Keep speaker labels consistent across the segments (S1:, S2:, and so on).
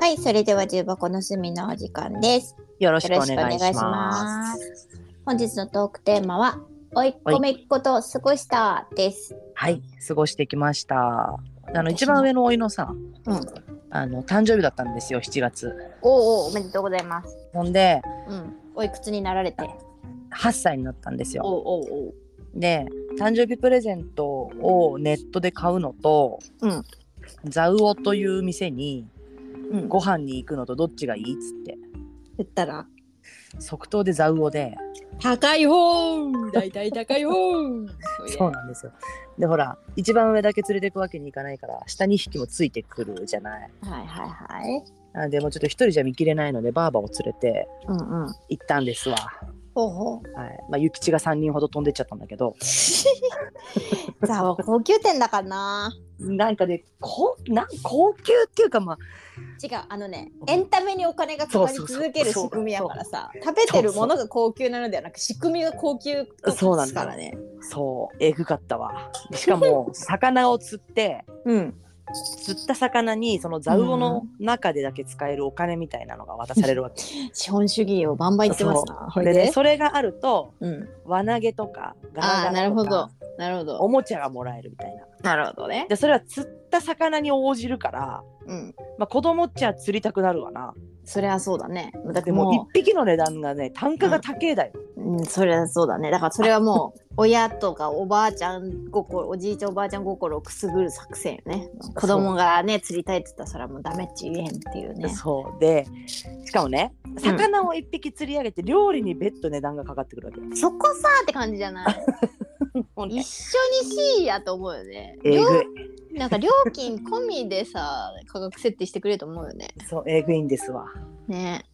S1: はい、それでは重箱の隅のお時間です。
S2: よろし
S1: よ
S2: くお
S1: ろしくお
S2: 願
S1: 願
S2: い
S1: い
S2: し
S1: し
S2: ま
S1: ます。本日のトークテーマは、おいっ子めっ子と過ごしたです。
S2: す。はい、過ごしてきました。あ
S1: 私も
S2: の一番上のおいのさ、
S1: うん
S2: あの誕生日だったんですよ、7月。
S1: おうおう、おめでとうございます。
S2: ほんで
S1: うん、おいくつになられて。
S2: 8歳になったんですよ。
S1: おうおうおう。
S2: で、誕生日プレゼントをネットで買うのと、
S1: うん
S2: ザウオという店に
S1: うん、
S2: ご飯に行くのとどっちがいいっつって、
S1: 言ったら。
S2: 即答でザウオで、
S1: 高い方、だいたい高い方。
S2: そうなんですよ。で、ほら、一番上だけ連れていくわけにいかないから、下2匹もついてくるじゃない。
S1: はいはいはい。
S2: なので、もうちょっと一人じゃ見切れないので、ばあばを連れて
S1: うんうん。
S2: 行ったんですわ。
S1: ほう ほう。
S2: はい。まあ、諭吉が3人ほど飛んでっちゃったんだけど、
S1: じゃあ、高級店だからな。
S2: なんかね、高なん高級っていうか、まあ、
S1: 違うあのねエンタメにお金がかかり続ける仕組みやからさ食べてるものが高級なのではなく仕組みが高級と
S2: そうな
S1: か
S2: ん
S1: す
S2: だ
S1: か
S2: よ
S1: らね
S2: そう、えぐかったわ。しか も、魚を釣って、
S1: うん
S2: 釣った魚に、そのザウオの中でだけ使えるお金みたいなのが渡されるわけ。
S1: 資本主義をバンバン言ってますな ほ
S2: そう
S1: い
S2: でね、
S1: で
S2: それがあると、
S1: うん
S2: 輪投げとか、ガラガラと
S1: あ
S2: か
S1: あなるほどなるほど
S2: おもちゃがもらえるみたいな。
S1: なるほどね
S2: でそれは釣った魚に応じるから、
S1: うん
S2: まあ、子供っちゃ釣りたくなるわな。
S1: そりゃそうだねだって
S2: でも
S1: も
S2: 1匹の値段がね単価が高えだよ。
S1: う、うん、そりゃそうだねだからそれはも う親とかおばあちゃん心おじいちゃんおばあちゃん心をくすぐる作戦よね子供がね釣りたいって言ったらそれはもうダメっち言えんっていうね
S2: そうでしかもね魚を1匹釣り上げて料理に別途値段がかかってくるわけよ。
S1: そこさって感じじゃ ない
S2: もうね
S1: 一緒にしいやと思うよね。
S2: えぐい
S1: 料なんか料金込みでさ、価格設定してくれると思うよね。
S2: そうえぐいんですわ。
S1: ね。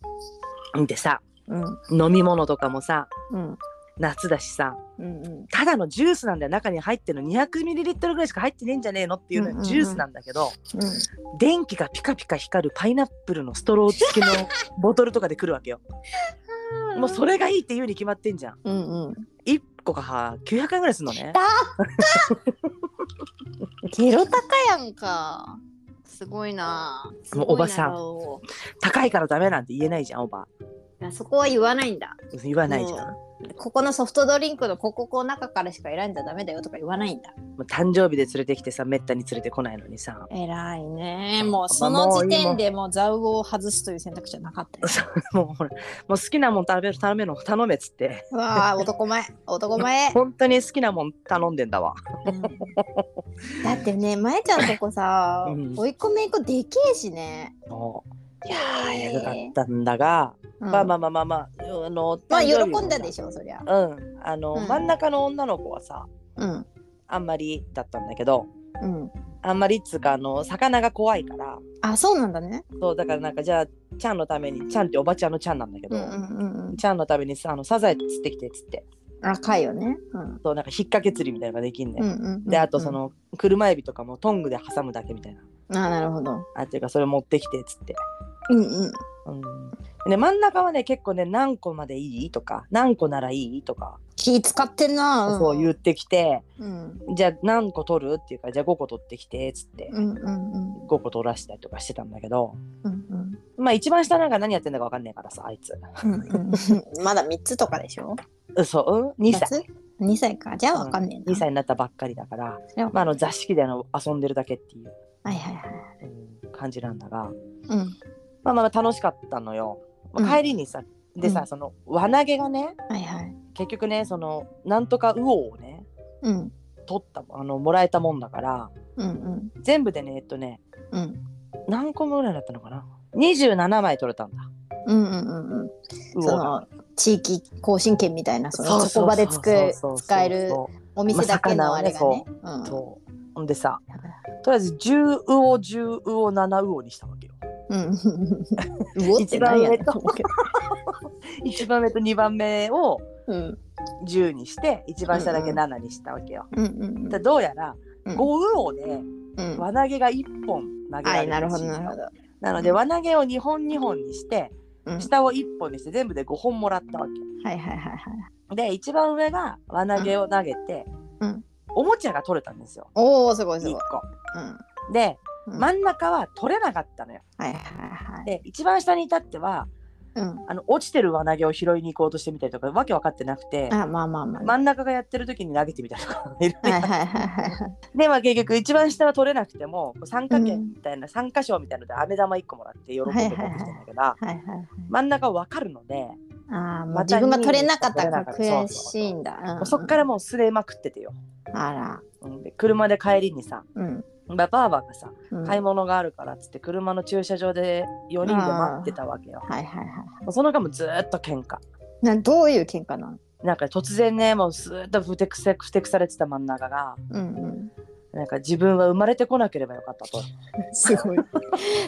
S2: でさ
S1: うん。
S2: 飲み物とかもさ
S1: うん。
S2: 夏だしさ
S1: うんうん。
S2: ただのジュースなんだよ中に入ってるの 200ml ぐらいしか入ってねえんじゃねえのっていうの
S1: うんうんう
S2: が
S1: ん
S2: ジュースなんだけど、電気がピカピカ光るパイナップルのストロー付き のボトルとかで来るわけよ。
S1: うん。
S2: もうそれがいいっていうに決まってんじゃん。
S1: うんうん。
S2: 1個が900円ぐらいするのね。
S1: ゲ ロ高やんか。すごいな。
S2: もうおばさん
S1: すごいな
S2: 高いからダメなんて言えないじゃんおば。
S1: いやそこは言わないんだ。
S2: 言わないじゃん。
S1: ここのソフトドリンクのこここの中からしか選んじゃダメだよとか言わないんだ。
S2: もう誕生日で連れてきてさめったに連れてこないのにさ
S1: 偉いね。もうその時点でもうザウゴを外すという選択肢はなかったよ。
S2: もうほらもう好きなもん食べるための頼めっつって
S1: うわあ、男前。男前。
S2: 本当に好きなもん頼んでんだわ、
S1: うんだってね、まえちゃんとこさ
S2: うん
S1: 追い込めいこでけえしね。
S2: もうい
S1: い
S2: やーえぐかったんだが、まあまあまあまあまああの
S1: まあ喜
S2: 誕生日も
S1: んだでしょ、そりゃ。
S2: うんあの、
S1: うん
S2: 真ん中の女の子はさ
S1: うん。
S2: あんまりだったんだけど
S1: うん。
S2: あんまりっつうかあの魚が怖いから
S1: あ、そうなんだね。
S2: そうだからなんかじゃあちゃんのためにちゃんっておばちゃんのちゃんなんだけど、
S1: んうん。
S2: ちゃんのためにさあのサザエ釣ってきてっつって
S1: 赤いよね。うん。
S2: そうなんか引っ掛け釣りみたいなのができんね、
S1: うんうん。
S2: であとそ。の車エビとかもトングで挟むだけみたいな
S1: あ、なるほど。
S2: あっていうかそれ持ってきてっつって、
S1: うんうん。
S2: うんでね、真ん中はね結構ね何個までいいとか何個ならいいとか、
S1: 気使ってんな。
S2: そう言っ。てきて
S1: うん。
S2: じゃあ何個取るっていうかじゃあ5個取ってきてっつって
S1: うんうんうん。
S2: 5個取らしたりとかしてたんだけど
S1: うんうん
S2: まあ一番下なんか何やってんだか分かんないからさあいつ
S1: うんうん。まだ三つとかでしょ。
S2: うそうん2歳
S1: 夏。二歳か。じゃあわかんねえな。
S2: 2。歳になったばっかりだから、
S1: うん
S2: まあ、あの座敷であの遊んでるだけっていう、
S1: はいはいはい。
S2: うん感じなんだが、
S1: うん。
S2: まあまあまあ楽しかったのよ。まあ
S1: うん
S2: 帰りにさ、でさ、
S1: うん
S2: その輪投げがね
S1: はいはい。
S2: 結局ねそのなんとか魚をね
S1: うん。
S2: 取ったあのもらえたもんだから
S1: うんうん。
S2: 全部でねえっとね
S1: うん。
S2: 何個ぐらいだったのかな27枚取れたんだ
S1: うんうんうんうん。そ
S2: 魚が。
S1: の地域更新券みたいなそのそこ場でつく
S2: そうそうそうそう
S1: 使えるお店だけのあれがね。うん
S2: そうほんでさ
S1: だから
S2: とりあえず10魚10魚7魚にしたわけよ。
S1: うん。うおってなんやねん
S2: 一番上と一番目と2番目を
S1: うん
S2: 10にして一番下だけ7にしたわけよ。
S1: うんうん
S2: でどうやら
S1: うん
S2: 5魚で
S1: うん。
S2: 輪投げが1本投げら
S1: は
S2: れ
S1: い、
S2: る
S1: なる
S2: ら
S1: ほ
S2: しい
S1: ど
S2: の
S1: なるほど。
S2: なので輪投げを2本2本にして
S1: うん
S2: 下を1本にして全部で5本もらったわけ
S1: はいはいはいはい。
S2: で一番上が輪投げを投げて、
S1: うんうん
S2: おもちゃが取れたんですよ
S1: おおすごいす
S2: 1
S1: ごい。
S2: 個
S1: うん。
S2: で
S1: うん
S2: 真ん中は取れなかったのよ
S1: はいはいは
S2: で一番下に至っては
S1: うん。
S2: あの落ちてる輪投げを拾いに行こうとしてみたりとかわけ分かってなくて
S1: あ、まあまあまあ。
S2: 真ん中がやってる時に投げてみたりとかいろいろ
S1: はいはいはいはいはい。
S2: で、まあ、結局一番下は取れなくてもこう三角形みたいな、三箇所みたいなので飴玉1個もらって喜んで持ってきたんだけど、
S1: はいはいはい。
S2: 真ん中分かるので、
S1: ああ、もう
S2: また
S1: 自分が取れなかったから
S2: 取れなかっ
S1: 悔
S2: た
S1: しいんだ。うん
S2: そっからもうすれまくっててよ、
S1: あら。
S2: うん、で車で帰りにさ
S1: うん。
S2: ババーバーがさ
S1: うん
S2: 買い物があるからっつって車の駐車場で4人で待ってたわけよ、
S1: はいはいはい。
S2: もうその間もずーっと喧嘩
S1: なんどういう喧嘩なの
S2: なんか突然ねもうずーっとふてくせふてくされてた真ん中が
S1: うんうん。
S2: なんか自分は生まれてこなければよかったと「
S1: すごい。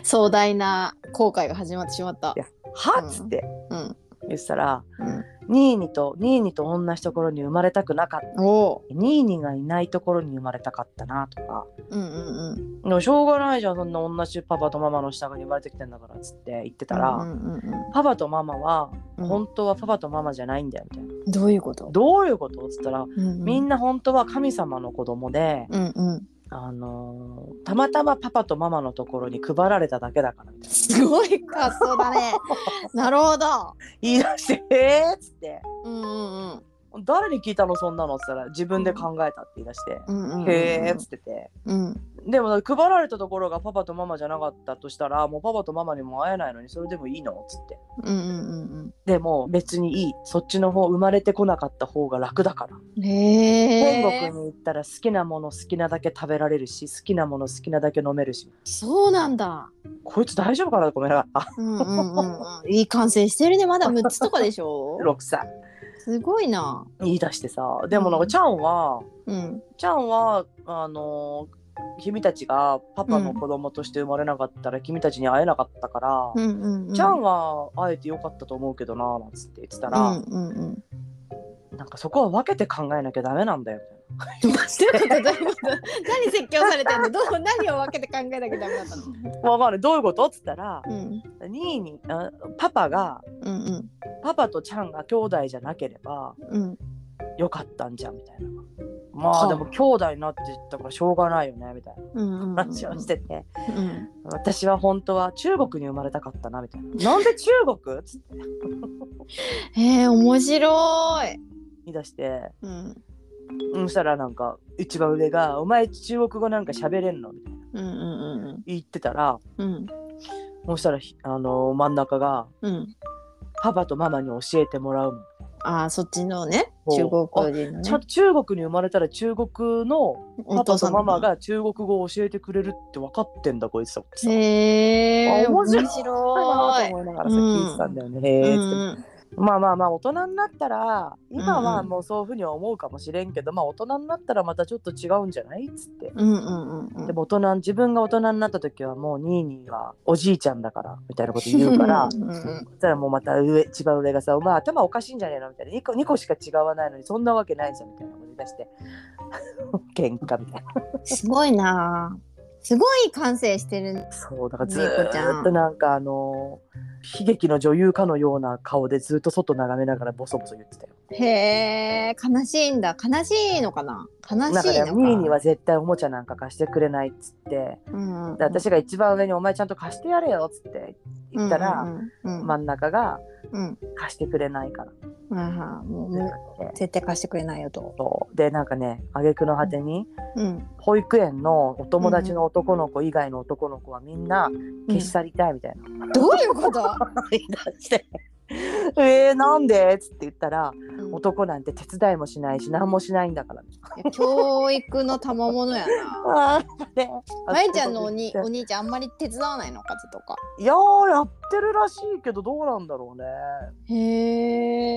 S1: 壮大な後悔が始まってしまった
S2: い。やは
S1: う
S2: っ?」
S1: ん
S2: つって
S1: うん。
S2: 言ってたら
S1: うん
S2: 「ニーニとニーニと同じところに生まれたくなかった」
S1: おお。
S2: ニーニがいないところに生まれたかったなとか
S1: うんうんうん。
S2: でもしょうがないじゃんそんな同じパパとママの下に生まれてきてんだからっつって言ってたら、
S1: うんうんうん
S2: パパとママは
S1: うん
S2: 本当はパパとママじゃないんだよみたいな、
S1: どういうこと
S2: どういうことっつったら、みん
S1: な。
S2: な本当は神様の子供で、
S1: うんうん。
S2: あのーたまたまパパとママのところに配られただけだからみたいな
S1: すごい発想だ ね。なるほど。
S2: 言い出して 「えーっ?」つって
S1: うんうんうん。
S2: 「誰に聞いたのそんなの?」っつったら「自分で考えた」って言い出して
S1: うんうんうん
S2: 「
S1: うん
S2: へえ」っつってて。
S1: うん。
S2: でも配られたところがパパとママじゃなかったとしたらもうパパとママにも会えないのにそれでもいいのっつって
S1: うんうん
S2: でも別にいいそっちの方生まれてこなかった方が楽だから
S1: うん。へえ。
S2: 天国に行ったら好きなもの好きなだけ食べられるし好きなもの好きなだけ飲めるし
S1: そうなんだ。
S2: こいつ大丈夫かな ごめんなさい
S1: うんうんうんうん。いい感染してるね。まだ6つとかでしょ
S2: あ6歳
S1: すごいな。
S2: 言い出してさでもなんかちゃんは
S1: うん。
S2: ちゃんはあのー君たちがパパの子供として生まれなかったら、君たちに会えなかったから、
S1: うんうんうん。
S2: ちゃんは会えてよかったと思うけどななんつって言ってたら、
S1: うんうんうん。
S2: なんかそこは分けて考えなきゃダメなんだよみたいな
S1: どういうことどういうこと何説教されてんのどう何を分けて考えなきゃダメだったの
S2: わかるどういうことっつったら
S1: うん
S2: ニーニあパパが
S1: うんうん
S2: パパとちゃんが兄弟じゃなければ
S1: うん
S2: よかったんじゃんみたいなまあでも兄弟になってたからしょうがないよねみたい
S1: うんうん
S2: な話をしてて、
S1: うん
S2: 私は本当は中国に生まれたかったなみたいななんで中国つって
S1: へえ面白い
S2: 言い出して
S1: うん
S2: うんそしたらなんか一番上が「お前中国語なんか喋れんの?」みたいな
S1: うんうん
S2: 言ってたら
S1: うん
S2: そしたらひあの真ん中が
S1: うんうん
S2: 「パパとママに教えてもらうもん」
S1: ああそっちのね
S2: ほう
S1: 中国語でのね
S2: ちゃんと中国に生まれたら中国の
S1: お
S2: パパ
S1: 父さ
S2: と
S1: ん
S2: ママが中国語を教えてくれるって分かってんだこいつと思ってさ
S1: へえ
S2: あ面
S1: 面
S2: 白
S1: 白
S2: い
S1: い
S2: はいはいはいと思いながらさ聞いてたんだよね。へ
S1: う
S2: ー
S1: ん
S2: っつって
S1: うん
S2: まあまあまあ大人になったら今は
S1: うんうん
S2: もうそういうふうには思うかもしれんけど、まあ大人になったらまたちょっと違うんじゃないっつって。
S1: うんうんうん
S2: でも大人自分が大人になった時はもうニーニーはおじいちゃんだからみたいなこと言うから
S1: うんうん
S2: そしたらもうまた上一番上がさ「お前頭おかしいんじゃねえの?」みたいな2個 ,2 個しか違わないのにそんなわけないじゃんみたいなこと言い出して 喧嘩みたいな
S1: すごいなすごい感性してる
S2: そうだからず
S1: 猫ちゃん
S2: ーっとなんかあのー悲劇の女優かのような顔でずっと外眺めながらボソボソ言ってたよ。
S1: へえ悲しいんだ悲しいのかな悲しい
S2: な
S1: の
S2: んかね、
S1: か
S2: ミーには絶対おもちゃなんか貸してくれないっつって
S1: うんうん
S2: で私が一番上に「お前ちゃんと貸してやれよ」っつって言ったら、
S1: うんうんうん
S2: 真ん中が
S1: うん
S2: 「貸してくれないから」って
S1: はいはいもう
S2: 言っ
S1: も
S2: て
S1: う
S2: きて
S1: 絶対貸してくれないよと。
S2: そうでなんかね挙句の果てに、
S1: うん、
S2: 保育園のお友達の男の子以外の男の子はみんな消し去りたいみたいな、
S1: どういうこと、
S2: 言い出して「えー、なんで?」っつって言ったら
S1: うん
S2: 男なんて手伝いもしないし何もしないんだから。
S1: いや教育の賜物や な。
S2: あーね
S1: まゆちゃんのおに
S2: あ
S1: お兄ちゃんあんまり手伝わないのかとか。
S2: いやーやってるらしいけどどうなんだろうね
S1: へ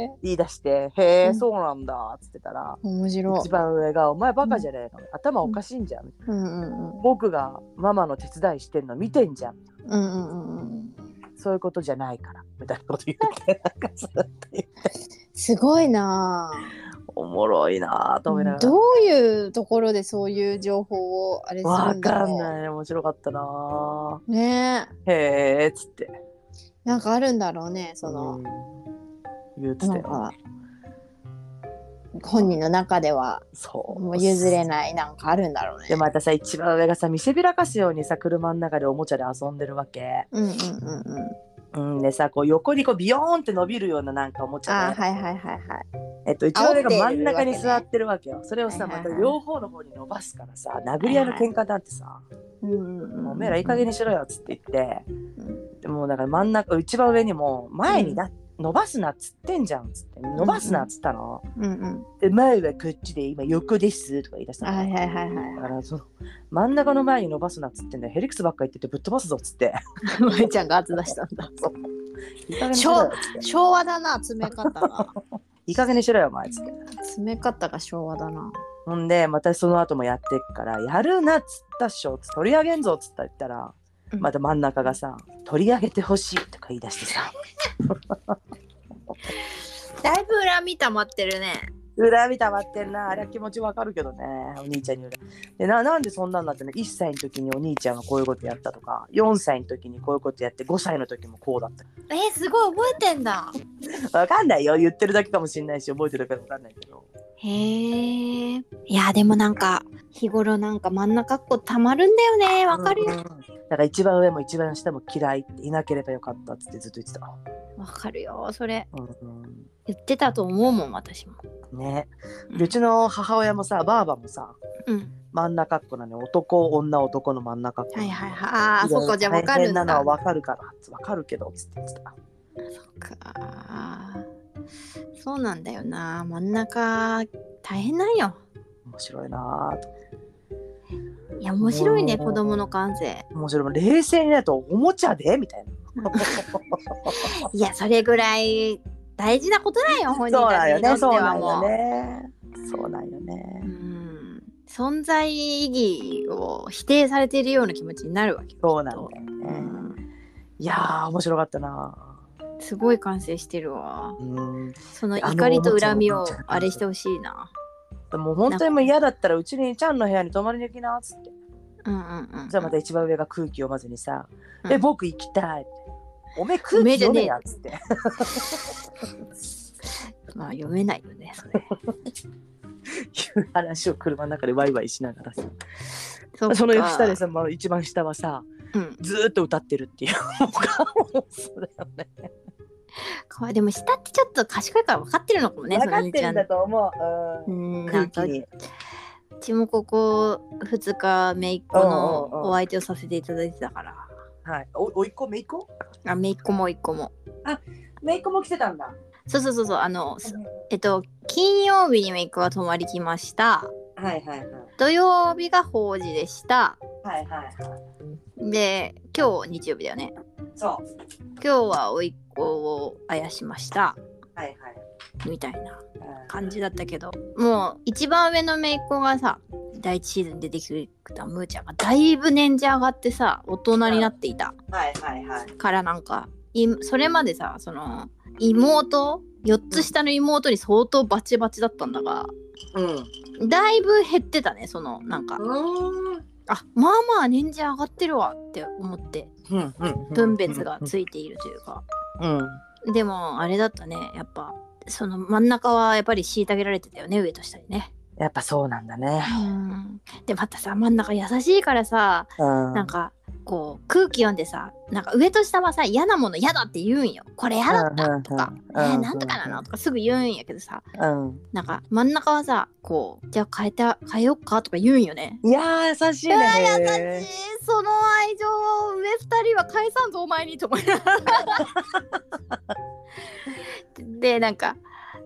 S1: え
S2: 言い出して「へえ、
S1: うん
S2: そうなんだ」っつってたら
S1: 面白
S2: 一
S1: い。
S2: 番上が「お前バカじゃねえの頭おかしいんじゃん」
S1: うんうんうん
S2: 僕がママの手伝いしてんの見てんじゃん」
S1: うんうんうんうん。
S2: そういうことじゃないから」みたいなこと言ってなんかずっと言って
S1: すごいな。
S2: おもろいなぁと思いながら。
S1: どういうところでそういう情報をあれする
S2: わ
S1: んだ
S2: か
S1: ろ
S2: ん
S1: う。
S2: ない面白かったな
S1: ねえ。
S2: ぁへえっつって
S1: なんかあるんだろうね、その。
S2: うん言うっつっ
S1: な
S2: て
S1: んか本人の中では
S2: そう
S1: もう譲れないなんかあるんだろうね
S2: でまたさ一番上がさ見せびらかすようにさ車の中でおもちゃで遊んでるわけ、
S1: うんうんうんうん
S2: うん、でさこう横にこうビヨーンって伸びるようななんかおもちゃ
S1: あ
S2: で
S1: ーはいはいはいはい
S2: えっと、一番上が真ん中
S1: 煽ってるわけね
S2: に座ってるわけよ。それをさ、
S1: はいはい
S2: ま
S1: はい
S2: た両方の方に伸ばすからさ、殴り合いの喧嘩なんてさ、
S1: うんうんうん
S2: もうおめえらいい加減にしろよっつって言って、
S1: うん
S2: でもうだから真ん中、一番上にもう前にな、伸ばすなっつってんじゃんっつって、伸ばすなっつったの。
S1: うんうん
S2: で、前はこっちで今横ですとか言い出したの。
S1: はいはいはいはい
S2: だからその真ん中の前に伸ばすなっつってんだよヘリクスばっか言っててぶっ飛ばすぞっつって。
S1: 萌ちゃんが圧出したんだ
S2: いい加減にしろよっつって
S1: 昭和だな詰め方が
S2: いい加減にしろよお前っつって。
S1: 詰め方が昭和だな
S2: ほんでまたその後もやってっから「やるな」っつったっしょつ取り上げんぞっつった言ったら
S1: うん
S2: また真ん中がさ「取り上げてほしい」とか言い出してさ
S1: だいぶ恨み溜まってるね
S2: 「恨みたまってんなあれは気持ちわかるけどねお兄ちゃんに恨みでななんでそんなんなってね1歳の時にお兄ちゃんがこういうことやったとか4歳の時にこういうことやって5歳の時もこうだっ
S1: えー、すごい覚えてんだ
S2: たわかんないよ言ってるだけかもしんないし覚えてるだけかわかんないけど
S1: へえいやでもなんか日頃なんか真ん中っこたまるんだよねわかる
S2: うん
S1: よ
S2: うんだから一番上も一番下も嫌いっていなければよかったっつってずっと言ってた、
S1: わかるよそれ
S2: うんうん
S1: 言ってたと思うもん私も
S2: ね、
S1: うん
S2: でうちの母親もさばあばもさ
S1: うん
S2: 真ん中っ子なのよ男女男の真ん中っ子
S1: はいはいはいああそこじゃわか
S2: 大
S1: る
S2: 変
S1: ん
S2: な
S1: だ
S2: のはわかるからわかるけどつって言ってた
S1: そっかそうなんだよな真ん中大変なんよ
S2: 面白いなぁと
S1: いや面白いね
S2: うん
S1: 子供の感性
S2: 面白い冷静になるとおもちゃでみたいな
S1: いやそれぐらい大事なことだ よ
S2: そう
S1: 本人
S2: な
S1: た
S2: ん
S1: ち
S2: よ
S1: にとって
S2: ねそう
S1: は
S2: なん
S1: もう、
S2: よねそうなんよね
S1: うん存在意義を否定されているような気持ちになるわけよ
S2: そうなんだよ
S1: う
S2: ね
S1: ん
S2: いやー面白かったな
S1: すごい感性してるわ
S2: ぁうん
S1: その
S2: いやあの
S1: 怒りと恨み
S2: おも
S1: を
S2: ちゃの
S1: あれしてほしいな
S2: でも本当にもう嫌だったらうちにちゃんの部屋に泊まりに行きなっつって
S1: うんうんうん
S2: じゃあまた一番上が空気読まずにさ「
S1: うん
S2: え僕行きたい」おめえ
S1: お
S2: 空
S1: めえ
S2: 気
S1: じゃ
S2: 読
S1: ねえ
S2: めや」っつって
S1: まあ読めないよねそ れ
S2: いう話を車の中でワイワイしながらさ
S1: そっか
S2: その下でさ、まあ、一番下はさ
S1: うん
S2: ずーっと歌ってるっていうもう顔それよね
S1: かわいいでも下ってちょっと賢いから分かってるのかもね
S2: 分かっ
S1: その兄
S2: て
S1: ち
S2: る
S1: ゃん
S2: んだと思
S1: う
S2: う、
S1: ん
S2: うん、
S1: な
S2: 空
S1: んかう
S2: 気に
S1: ちもここ2日姪っ子
S2: うんうんうん
S1: のお相手をさせていただいてたから
S2: はいおおいっ子めいっ子
S1: あ姪っ子も甥っ子も
S2: めいっ子も来てたんだ
S1: そうそうそうそうあのすえっと金曜日に姪っ子は泊まり来ました
S2: はいはいはい
S1: 土曜日が法事でした
S2: はいはいはい
S1: で今日日曜日だよね
S2: そう
S1: 今日は甥っ子をあやしました
S2: はいはい
S1: みたいな
S2: うん
S1: 感じだったけどもう一番上の姪っ子がさ第一シーズンに出てきたむーちゃんがだいぶ年次上がってさ大人になっていた
S2: はいはいはい
S1: からなんかいそれまでさその妹4つ下の妹に相当バチバチだったんだが
S2: う
S1: だいぶ減ってたねそのなんか
S2: んうん
S1: あまあまあ年次上がってるわって思って
S2: うんうん
S1: 分別がついているというか
S2: うん
S1: でもあれだったねやっぱその真ん中はやっぱり虐げられてたよね上と下にね
S2: やっぱそうなんだね
S1: うんでまたさ真ん中優しいからさ
S2: うん
S1: なんかこう空気読んでさなんか上と下はさ嫌なもの嫌だって言うんよこれ嫌だったとか、
S2: うんうんうん
S1: えーなんとかなのとかすぐ言うんやけどさ
S2: うん
S1: なんか真ん中はさこうじゃあ変えた変えよっかとか言うんよね。
S2: いやー優しいね
S1: えーその愛情を上二人は返さんぞお前にと思いな がらでなんか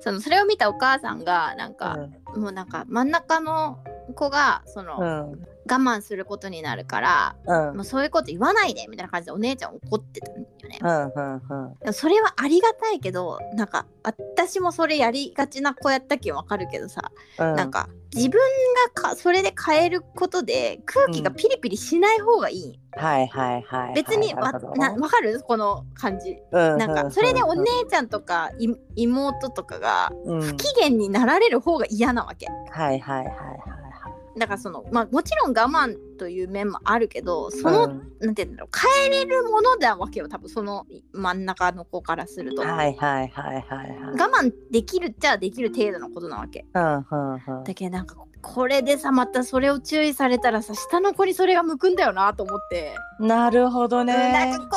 S1: そのそれを見たお母さんがなんか、もうなんか真ん中の子がその、
S2: う
S1: 我
S2: ん
S1: 慢することになるから
S2: うん
S1: もうそういうこと言わないでみたいな感じでお姉ちゃん怒ってたんよね。
S2: うんうんうん
S1: でもそれはありがたいけどなんか私もそれやりがちな子やったけんわかるけどさ、
S2: うん
S1: なんか自分がかそれで変えることで空気がピリピリしない方がいい。
S2: はいはいはいはい
S1: 別にわ
S2: るほど
S1: なわかるこの感じ。
S2: う
S1: なんかそれでお
S2: うん
S1: 姉ちゃんとかい妹とかが
S2: うん
S1: 不機嫌になられる方が嫌なわけ。
S2: はいはいはいはい
S1: だからそのまあもちろん我慢という面もあるけどその、
S2: うん
S1: なんて言うんだろう変えれるものだわけよ多分その真ん中の子からすると、
S2: はいはいはいはいはい。
S1: 我慢できるっちゃできる程度のことなわけ
S2: うんうんうん
S1: だけどなんかこれでさまたそれを注意されたらさ下の子にそれが向くんだよなと思って、
S2: なるほど
S1: うんな
S2: ね
S1: ん。かこれあなんて言っ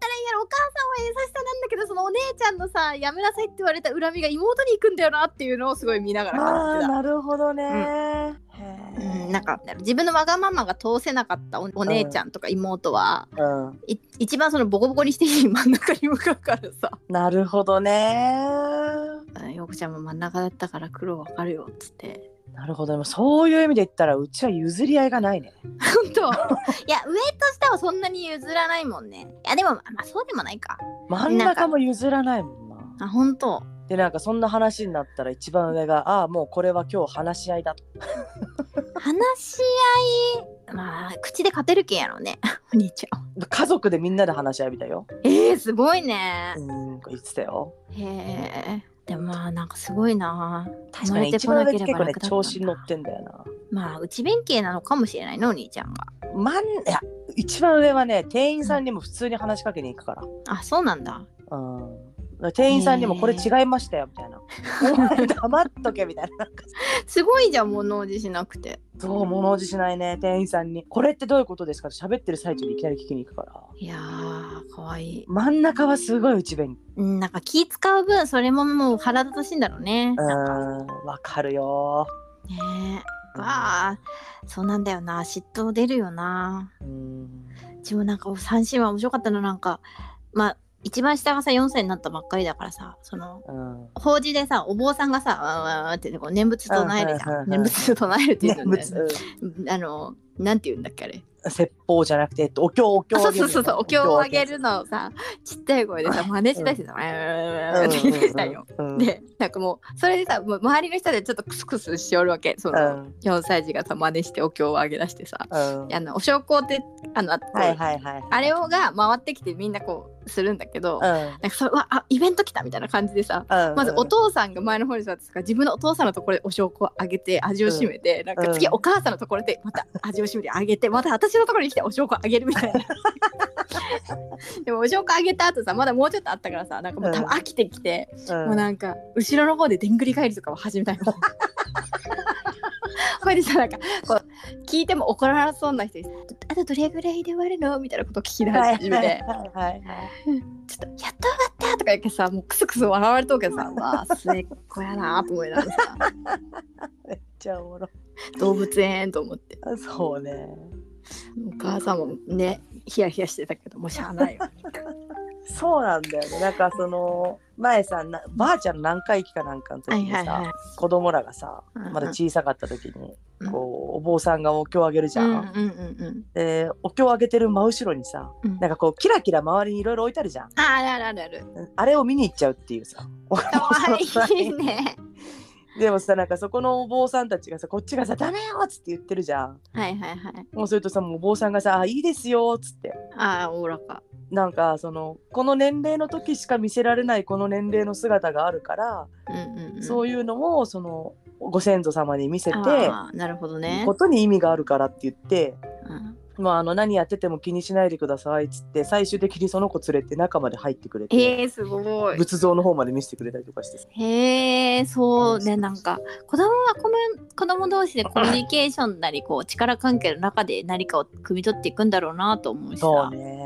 S1: たらいいんやろお母さんは優しさなんだけどそのお姉ちゃんのさやめなさいって言われた恨みが妹に行くんだよなっていうのをすごい見ながら
S2: あ
S1: 感じ
S2: あ
S1: てた。
S2: なるほどね。へ
S1: う
S2: ー
S1: ん、なんか自分のわがままが通せなかったおお姉ちゃんとか妹は、
S2: うん
S1: い一番そのボコボコにしていい真ん中に向かうからさ
S2: なるほどね。
S1: うん陽子ちゃんも真ん中だったから苦労わかるよっつって
S2: なるほどね。そういう意味で言ったらうちは譲り合いがないね。
S1: 本当 いや上と下はそんなに譲らないもんねいやでもまあそうでもないか
S2: 真ん中も譲らないもんな。
S1: あ本当
S2: でなんかそんな話になったら一番上が「ああもうこれは今日話し合いだ」と
S1: 話し合いまあ口で勝てるけんやろうね お兄ちゃん
S2: 家族でみんなで話し合いみたいよ。
S1: えー、すごいね
S2: う、ん言ってたよ。
S1: へえでもまあなんかすごいな
S2: 確かに一番上って結構ね調子に乗ってんだよな。
S1: まあ内弁慶なのかもしれないのお兄ちゃんが
S2: まんいや一番上はね店員さんにも普通に話しかけに行くから。
S1: あそうなんだ
S2: うん店員さんにも
S1: へー
S2: これ違いましたよみたいな。お前黙っとけみたいな。
S1: すごいじゃん物おじしなくて
S2: そう物おじしないね店員さんに。これってどういうことですかって喋ってる最中にいきなり聞きに行くから。
S1: いやーかわいい
S2: 真ん中はすごい内弁。
S1: うんなんか気使う分それももう腹立たしいんだろうね。
S2: うん
S1: なんか
S2: わかるよ。
S1: ねえわあそうなんだよな嫉妬出るよな。
S2: うん
S1: うちもなんか三姉妹面白かったのなんかまあ一番下がさ4歳になったばっかりだからさその
S2: うん
S1: 法事でさお坊さんがさ「わんわんわん」ってこう念仏唱えるじ
S2: うんう
S1: ゃ
S2: んうん
S1: ん
S2: うん
S1: 念仏唱えるって言
S2: ね
S1: うの
S2: む
S1: ね
S2: つうん
S1: あのなんて言うんだっけあれ
S2: 説法じゃなくて、えっと、お経をお経
S1: あ
S2: を
S1: そ
S2: あ
S1: う
S2: げ
S1: そう
S2: る
S1: そうそうお経をあげるのを
S2: う
S1: さちっちゃい声でさ真似したりしてさ「わんわんわんわん」って言ってたよ。
S2: んうんうん
S1: でなんかもうそれでさもう周りの人でちょっとクスクスしおるわけそ
S2: うん
S1: の、4歳児がさ真似してお経をあげ出してさ
S2: うん
S1: あのお焼香ってあのあって、
S2: はいはいはい
S1: あれをが回ってきてみんなこうするんだけど、
S2: うん
S1: なんかそれわあイベント来たみたいな感じでさ
S2: うん
S1: まずお父さんが前の方に座ってたから自分のお父さんのところでお焼香をあげて味をしめて、なんか次
S2: うん
S1: お母さんのところでまた味をしめてあげ てまた私のところに来てお焼香あげるみたいな。でもお焼香あげた後さまだもうちょっとあったからさなんかもう多分飽きてきて、
S2: うん
S1: もうなんか後ろの方ででんぐり返りとかを始めたの。 これでさなんかこう聞いても怒らなそうな人に「あとどれぐらいで終わるの?」みたいなことを聞き出し
S2: はい
S1: 始
S2: は
S1: め
S2: い
S1: て
S2: はいは
S1: 「ちょっとやっ
S2: い
S1: と終わった!」とか言ってさもうクスクス笑われとうけどさ「わあ末っ子やな」と思いながらさ
S2: めっちゃおもろい
S1: 動物園と思って
S2: あそうね
S1: お母さんもねヒヤヒヤしてたけどもうしゃあないよ。
S2: そうなんだよねなんかその前さなばあちゃんの何回忌かなんかの時にさ、
S1: はいはいはい
S2: 子供らがさ
S1: うんうん
S2: まだ小さかった時に、
S1: うん
S2: こうお坊さんがお経をあげるじゃん、
S1: うんうんうんうん
S2: でお経をあげてる真後ろにさ
S1: うん
S2: なんかこうキラキラ周りにいろいろ置いてあるじゃん
S1: ああるあるあるあ る。
S2: あれを見に行っちゃうっていうさ。
S1: かわいいね。
S2: でもさなんかそこのお坊さんたちがさこっちがさ「ダメよ!」っつって言ってるじゃん。
S1: はいはいはい。
S2: もうするとさもうお坊さんがさ「あいいですよ」っつって
S1: ああおおらか。
S2: なんかそのこの年齢の時しか見せられないこの年齢の姿があるから、
S1: うんうんうん、
S2: そういうのをそのご先祖様に見せて、
S1: あーなるほどね。
S2: ことに意味があるからって言って。
S1: うん
S2: まあ、あの何やってても気にしないでくださいっつって最終的にその子連れて中まで入ってくれて、
S1: えー、すごい。
S2: 仏像の方まで見せてくれたりとかしてさ
S1: へえそうねなんか子供はこの子供同士でコミュニケーションなりこう力関係の中で何かを汲み取っていくんだろうなと思うし
S2: そう
S1: さ、
S2: ね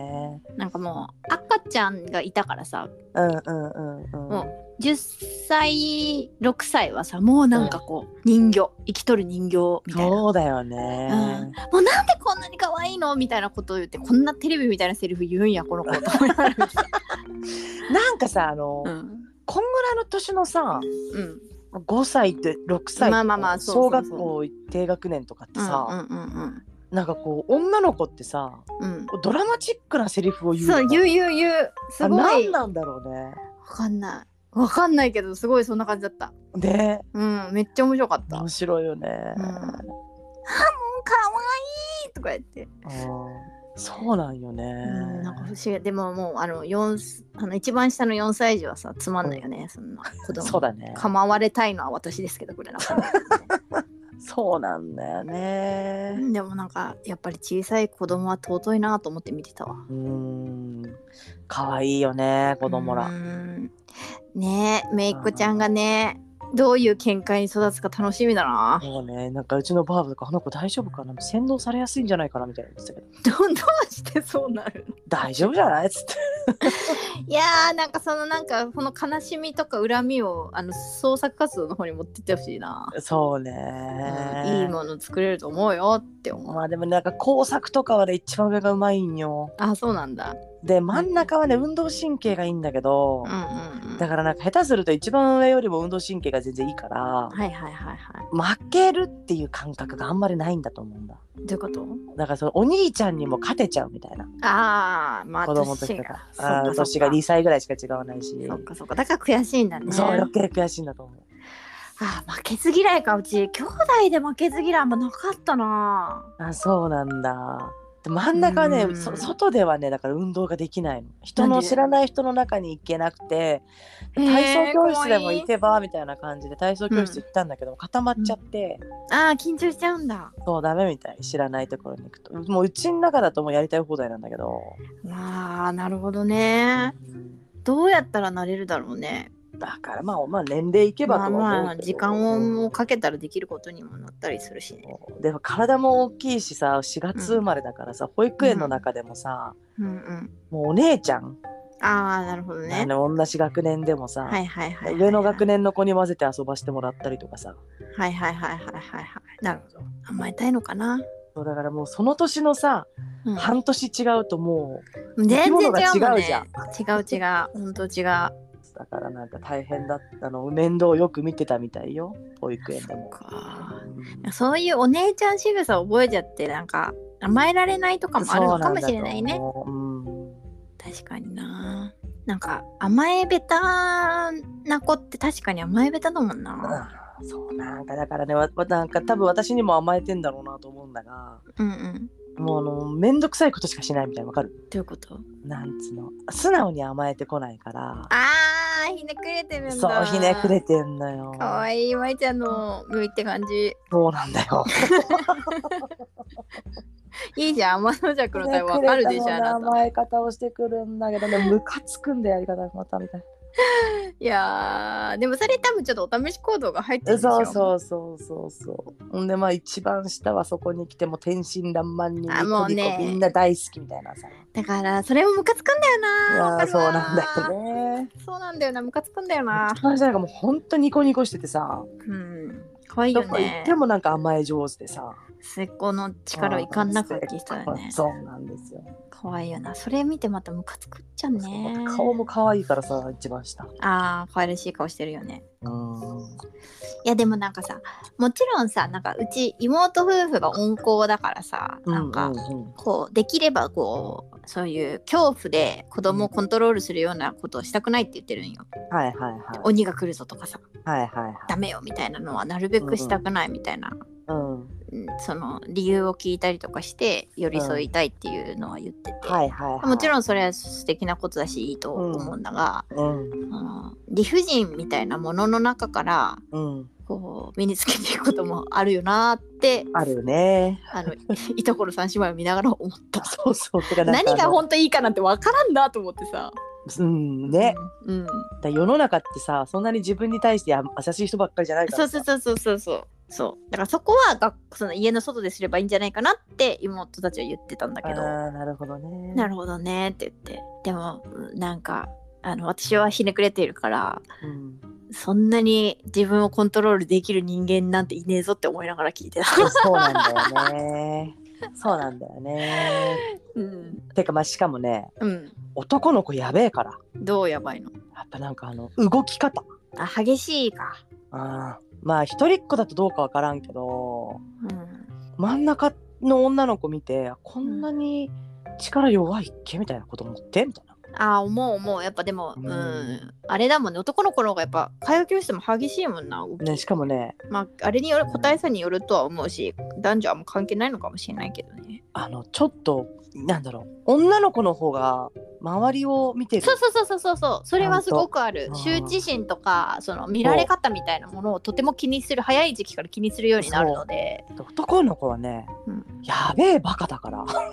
S1: なんかもう赤ちゃんがいたからさ
S2: うんうんうんうん
S1: 10歳6歳はさもうなんかこう人形生きとる人形みたいな。
S2: そうだよ
S1: う
S2: ね
S1: ん、、もうなんでこんなに可愛いのみたいなことを言ってこんなテレビみたいなセリフ言うんやこの子と思いながら見てた
S2: なんかさあの、
S1: うん
S2: こんぐらいの年のさ
S1: うん
S2: 5歳って6歳
S1: まあまあまあそうそうそう
S2: 小学校低学年とかって
S1: う
S2: さ、
S1: んうんうんうん
S2: なんかこう女の子ってさ
S1: うん、
S2: ドラマチックなセリフを言うよ
S1: そう
S2: ね
S1: 言う言う言うす
S2: あ
S1: ごい
S2: 何
S1: わ
S2: なんだろう
S1: かんないわかんないけどすごいそんな感じだった
S2: ねね
S1: うんめっちゃ面白かった「うん、
S2: 面白いよね、
S1: あもうかわいい!」とか言って、
S2: うんそうなんよね、
S1: うん、なんか不思議でももうあの四あの一番下の4歳児はさつまんないよねそんな子供
S2: そうだね
S1: 構われたいのは私ですけどこれなんか
S2: そうなんだよね。
S1: でもなんかやっぱり小さい子供は尊いなと思って見てたわ
S2: うーん。可愛いよね、子供
S1: う
S2: ら。
S1: んねえめいっ子ちゃんがねどういう見解に育つか楽しみだな
S2: そうね、なんかうちのバーブとか、あの子大丈夫かな洗脳されやすいんじゃないかなみたいな言ってたけど、
S1: ど どうしてそうなるの
S2: 大丈夫じゃないっつって。
S1: いやーなんかそのなんかこの悲しみとか恨みをあの創作活動の方に持ってってほしいな、
S2: そうね、
S1: うんいいもの作れると思うよって思う
S2: まあでもなんか工作とかはね一番上がうまいんよ
S1: あそうなんだ
S2: で真ん中はね運動神経がいいんだけど
S1: うん、うんうん
S2: だからなんか下手すると一番上よりも運動神経が全然いいから
S1: はいはいはいはい
S2: 負けるっていう感覚があんまりないんだと思うんだ
S1: どういうこと
S2: だからそのお兄ちゃんにも勝てちゃうみたいな
S1: ああまあ
S2: 子供の時
S1: 年
S2: と
S1: が
S2: か
S1: そっ
S2: あー
S1: そっ
S2: 年が2歳ぐらいしか違わないし
S1: そっかそっかだから悔しいんだね
S2: そう余計悔しいんだと思う
S1: あー負けず嫌いかうち兄弟で負けず嫌いあんまなかったな
S2: あそうなんだで真ん中はね
S1: うん
S2: そ外ではねだから運動ができないの人
S1: な
S2: の
S1: んで
S2: 知らない人の中に行けなくて
S1: へー
S2: 体操教室でも行
S1: かわいい
S2: けばみたいな感じで体操教室行ったんだけど、固まっちゃって、
S1: ああ緊張しちゃうんだ
S2: そうダメみたい知らないところに行くともううちの中だともうやりたい放題なんだけど、
S1: まあなるほどね
S2: うん
S1: どうやったらなれるだろうね
S2: だからまあまあ年齢いけば
S1: まあ
S2: とは思うけど、
S1: まあ時間をもうかけたらできることにもなったりするしね
S2: でも体も大きいしさ4月生まれだからさ、保育園の中でもさ、
S1: うんうん
S2: もうお姉ちゃん、
S1: ああなるほど
S2: あ
S1: ね
S2: の同じ学年でもさ、
S1: はいはいはいはい
S2: 上の学年の子に混ぜて遊ばしてもらったりとかさ
S1: はいはいはいはいはいはいなるほど甘えたいのかな、
S2: そうだからもうその年のさ、
S1: うん
S2: 半年違うともう
S1: 全然違うもんね
S2: 生き物が違うじゃ
S1: 違
S2: ん
S1: う違う本当違う
S2: だからなんか大変だったあの面倒をよく見てたみたいよ保育園でも。
S1: か
S2: うん
S1: そういうお姉ちゃん仕草覚えちゃってなんか甘えられないとかもある
S2: そ
S1: の
S2: うな
S1: か
S2: ん
S1: もし
S2: だと
S1: れないね
S2: 思ううん
S1: 確かにななんか甘えべたな子って確かに甘えべただもんな、
S2: あーそうなんかだからねわわなんか多分私にも甘えてんだろうなと思うんだが
S1: うん、うん
S2: もうあの面倒くさいことしかしないみたいなわかる
S1: どういうこと
S2: なんつうの素直に甘えてこないから
S1: あーひねくれてるんだ
S2: そうひねくれてんのよ
S1: かわいいまいちゃんのムって感じ
S2: そうなんだよ
S1: いいじゃん天の弱の対話わかるでしょあなた
S2: 甘え方をしてくるんだけどね、ムカつくんでやり方がまたみたい
S1: いやーでもそれ多分ちょっとお試し行動が入ってるん
S2: な。
S1: でしょ
S2: そうそうそうそうそう。ほんでまあ一番下はそこに来ても天真爛漫にニ
S1: あも
S2: コ
S1: う
S2: ニ
S1: ね
S2: コみんな大好きみたいなさ。
S1: だからそれもムカつくんだよ
S2: い
S1: なわ
S2: や
S1: か
S2: ー
S1: る
S2: そう
S1: わ
S2: なんだよね。
S1: そうなんだよなムカつくんだよな
S2: 一番下なんかもう本当ニコニコしててさ、
S1: うん可愛い
S2: ど
S1: よ
S2: こ行
S1: ね
S2: ってもなんか甘え上手でさ。
S1: 末っ子の力をいかんなく発揮したよね
S2: そうなんですよ。
S1: 可愛いよなそれ見てまたムカつくっちゃうね
S2: そう顔も可愛いからさ一番下。
S1: あー可愛らしい顔してるよね
S2: うん。
S1: いやでもなんかさもちろんさなんかうち妹夫婦が温厚だからさなんか、
S2: ううん
S1: こうできればこうそういう恐怖で子供をコントロールするようなことをしたくないって言ってるんよ。
S2: はいはいはい
S1: 鬼が来るぞとかさ
S2: はいはいはい。
S1: ダメよみたいなのはなるべくしたくないみたいな、
S2: うん。
S1: うんその理由を聞いたりとかして寄り添いたいっていうのは言ってて、
S2: はいはいはい。
S1: もちろんそれは素敵なことだしいいと思うんだが、
S2: うん
S1: あの理不尽みたいなものの中から
S2: うん、
S1: こう身につけていくこともあるよなーって
S2: あるよね。
S1: あのい ところ三姉妹を見ながら思った。
S2: そうそう。てかな んか
S1: 何
S2: あ
S1: が
S2: の
S1: 本当いいかなんてわからんなと思ってさ。
S2: うんね。
S1: うん、
S2: だから世の中ってさ、そんなに自分に対してや優しい人ばっかりじゃないか
S1: そう
S2: ら
S1: そ
S2: さ。
S1: うそうそうそうそうそうだからそこは学その家の外ですればいいんじゃないかなって妹たちは言ってたんだけど
S2: ああ、なるほどね。
S1: なるほどねって言ってでもうんなんかあの私はひねくれているから
S2: うん
S1: そんなに自分をコントロールできる人間なんていねえぞって思いながら聞いてた、
S2: そうなんだよね。 そうなんだよね。
S1: うん
S2: てかまあしかもね、
S1: うん、
S2: 男の子やべえから。
S1: どうやばいの
S2: やっぱなんかあの動き方。
S1: あ激しいか、
S2: あーまあ一人っ子だとどうかわからんけど、
S1: うん、
S2: 真ん中の女の子見てこんなに力弱いっけみたいなこと思ってみたいな。
S1: ああ思う思うやっぱでも、う
S2: うんん
S1: あれだもんね男の子の方がやっぱ通う教室も激しいもんな、
S2: ね、しかもね、
S1: まあ、あれによる個体差によるとは思うし男女はもう関係ないのかもしれないけどね
S2: あの、ちょっと、なんだろう、女の子の方が周りを見てる
S1: そうそうそうそうそうそうそれはすごくある
S2: 本当
S1: 羞恥心とかその見られ方みたいなものをとても気にする早い時期から気にするようになるので
S2: 男の子はね、
S1: うん
S2: やべえバカだから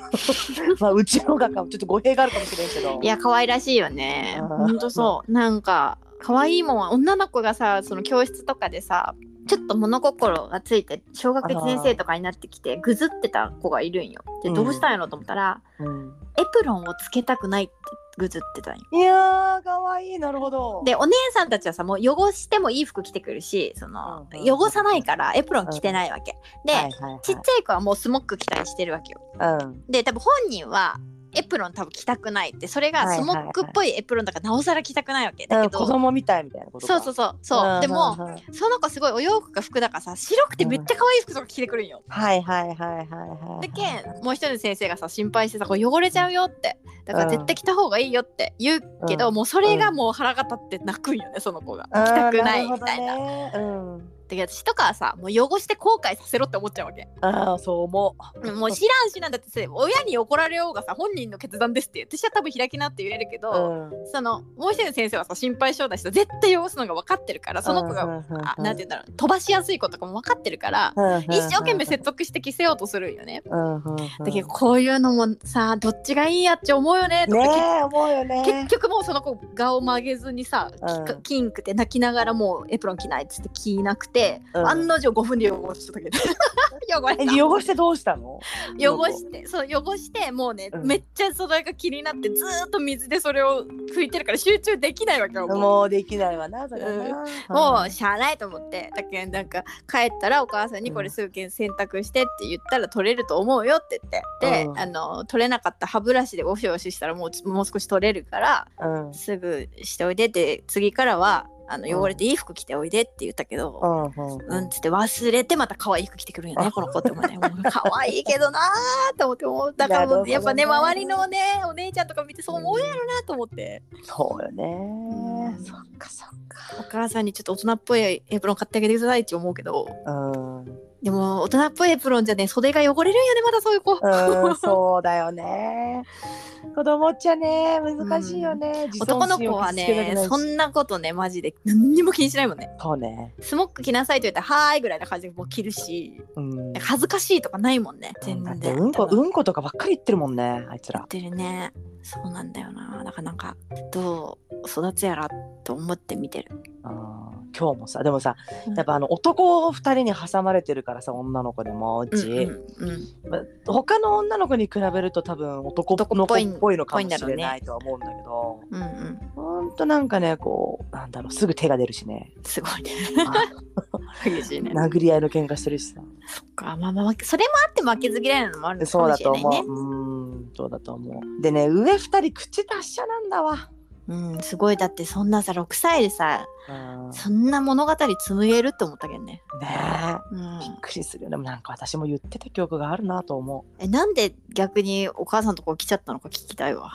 S2: まあうちの画家もちょっと語弊があるかもしれんけど
S1: いや可愛らしいよね
S2: あー
S1: ほんとそうなんか可愛いもんは女の子がさその教室とかでさちょっと物心がついて小学1年生とかになってきてぐずってた子がいるんよで
S2: うん
S1: どうしたんやろと思ったら、
S2: うん
S1: エプロンをつけたくないってぐずってたんよ
S2: いやーかわいいなるほど
S1: でお姉さんたちはさもう汚してもいい服着てくるしその、
S2: うんうん
S1: 汚さないからエプロン着てないわけ、で、
S2: はいはいはい
S1: ちっちゃい子はもうスモック着たりしてるわけよ
S2: うん
S1: で多分本人はエプロン多分着たくないってそれが
S2: は
S1: ス
S2: いはい
S1: モ
S2: はい
S1: ックっぽいエプロンだからなおさら着たくないわけだ
S2: う
S1: け
S2: ん、
S1: ど、
S2: 子供みたいみたいなことか
S1: そうそうそうそう、
S2: ん
S1: でも、
S2: うんうん
S1: その子すごいお洋服が服だからさ白くてめっちゃ可愛い服とか着てくるんよ、
S2: はいはいはいはいはい
S1: だけんもう一人の先生がさ心配してさこれ汚れちゃうよってだから絶対着た方がいいよって言うけど、
S2: う
S1: もうそれがもう腹が立って泣くんよねその子が着
S2: うん
S1: たくないみたいな
S2: るほどねうん
S1: って私とかはさもう汚して後悔させろって思っちゃうわけ
S2: ああそう
S1: も
S2: 思
S1: う知らんしなんだってさ親に怒られようがさ本人の決断ですって私は多分開きなって言えるけ
S2: う、
S1: ど、
S2: ん、
S1: そのもう一人の先生はさ心配性だしさ絶対汚すのが分かってるからその子が、あなんて言うんだろう飛ばしやすい子とかも分かってるから、一生懸命説得して着せようとするんよね、
S2: うんうんうん
S1: だけどこういうのもさどっちがいいやって思うよねとか
S2: ねえ思うよね
S1: 結局もうその子顔曲げずにさ、
S2: うん
S1: キンクって泣きながらもうエプロン着ないっつって着なくて、
S2: うん
S1: 案の定5分で汚してたけど 汚れた
S2: え汚してどうしたの
S1: 汚してそう汚してもうね、
S2: うん
S1: めっちゃそれが気になってずーっと水でそれを拭いてるから集中できないわけよもう。
S2: もうできないわなそれはな、
S1: もうしゃあないと思ってだけどなんか帰ったらお母さんに
S2: うん
S1: これ数件洗濯してって言ったら取れると思うよって言ってで、
S2: うん
S1: あの取れなかった歯ブラシでゴシゴシしたらもうもう少し取れるから
S2: うん、
S1: すぐしておいでって次からはあの汚れていい服着ておいでって言ったけど、
S2: うんうん
S1: う
S2: うん
S1: んっつって忘れてまた可愛い服着てくるよねこの子って思うねもう可愛いけどなーと思って思うだからもうやっぱね
S2: なるほどね
S1: 周りのねお姉ちゃんとか見てそう思うやろなと思って、
S2: そうよね
S1: う。ん
S2: そっかそっ
S1: お母さんにちょっと大人っぽいエプロン買ってあげてくださいって思うけど
S2: か。うん。
S1: でも大人っぽいエプロンじゃね袖が汚れるんよねまだそういう子、
S2: うん、そうだよね。子供っちゃね、難しいよね。自
S1: 男
S2: 尊
S1: の
S2: 心
S1: 子
S2: を
S1: は
S2: 傷つけたく
S1: ね
S2: ないし
S1: そんなことねマジで何にも気にしないもんね
S2: そうね。
S1: スモック着なさいと言ったら「はーい」ぐらいな感じでもう着るし
S2: うん。だ
S1: 恥ずかしいとかないもんね全然
S2: ってうんこうんことかばっかり言ってるもんね、あいつ
S1: やっ
S2: ら。
S1: てるねそうなんだよなだからなんかどう育つやらと思って見てる
S2: うん今日もさ、でもさ、やっぱあの男二人に挟まれてるからさ、女の子でもう
S1: うん
S2: ち、
S1: うんうん
S2: ま他の女の子に比べると多分男の子っぽいのかも
S1: ぽ
S2: し
S1: い
S2: れ
S1: んだろう
S2: な
S1: ね
S2: いとは思うんだけど、
S1: うんうん
S2: ほんとなんかね、こう、なんだろう、すぐ手が出るし ね。
S1: すごいね
S2: あ
S1: 激 しいね
S2: 殴り合いの喧嘩してるしさ。
S1: そっかまあまあそれもあって負けず嫌いなのもあるのか
S2: そう
S1: も
S2: だ
S1: しれ
S2: と
S1: ない
S2: 思う。
S1: ね
S2: うーん、そうだと思う。でね、上二人口達者なんだわ。
S1: うんすごいだってそんなさ6歳でさ
S2: うん
S1: そんな物語紡げるって思ったけどね
S2: ね
S1: う
S2: え、びっ
S1: ん
S2: くりするよね。でもなんか私も言ってた記憶があるなと思う。
S1: えなんで逆にお母さんとこ来ちゃったのか聞きたいわ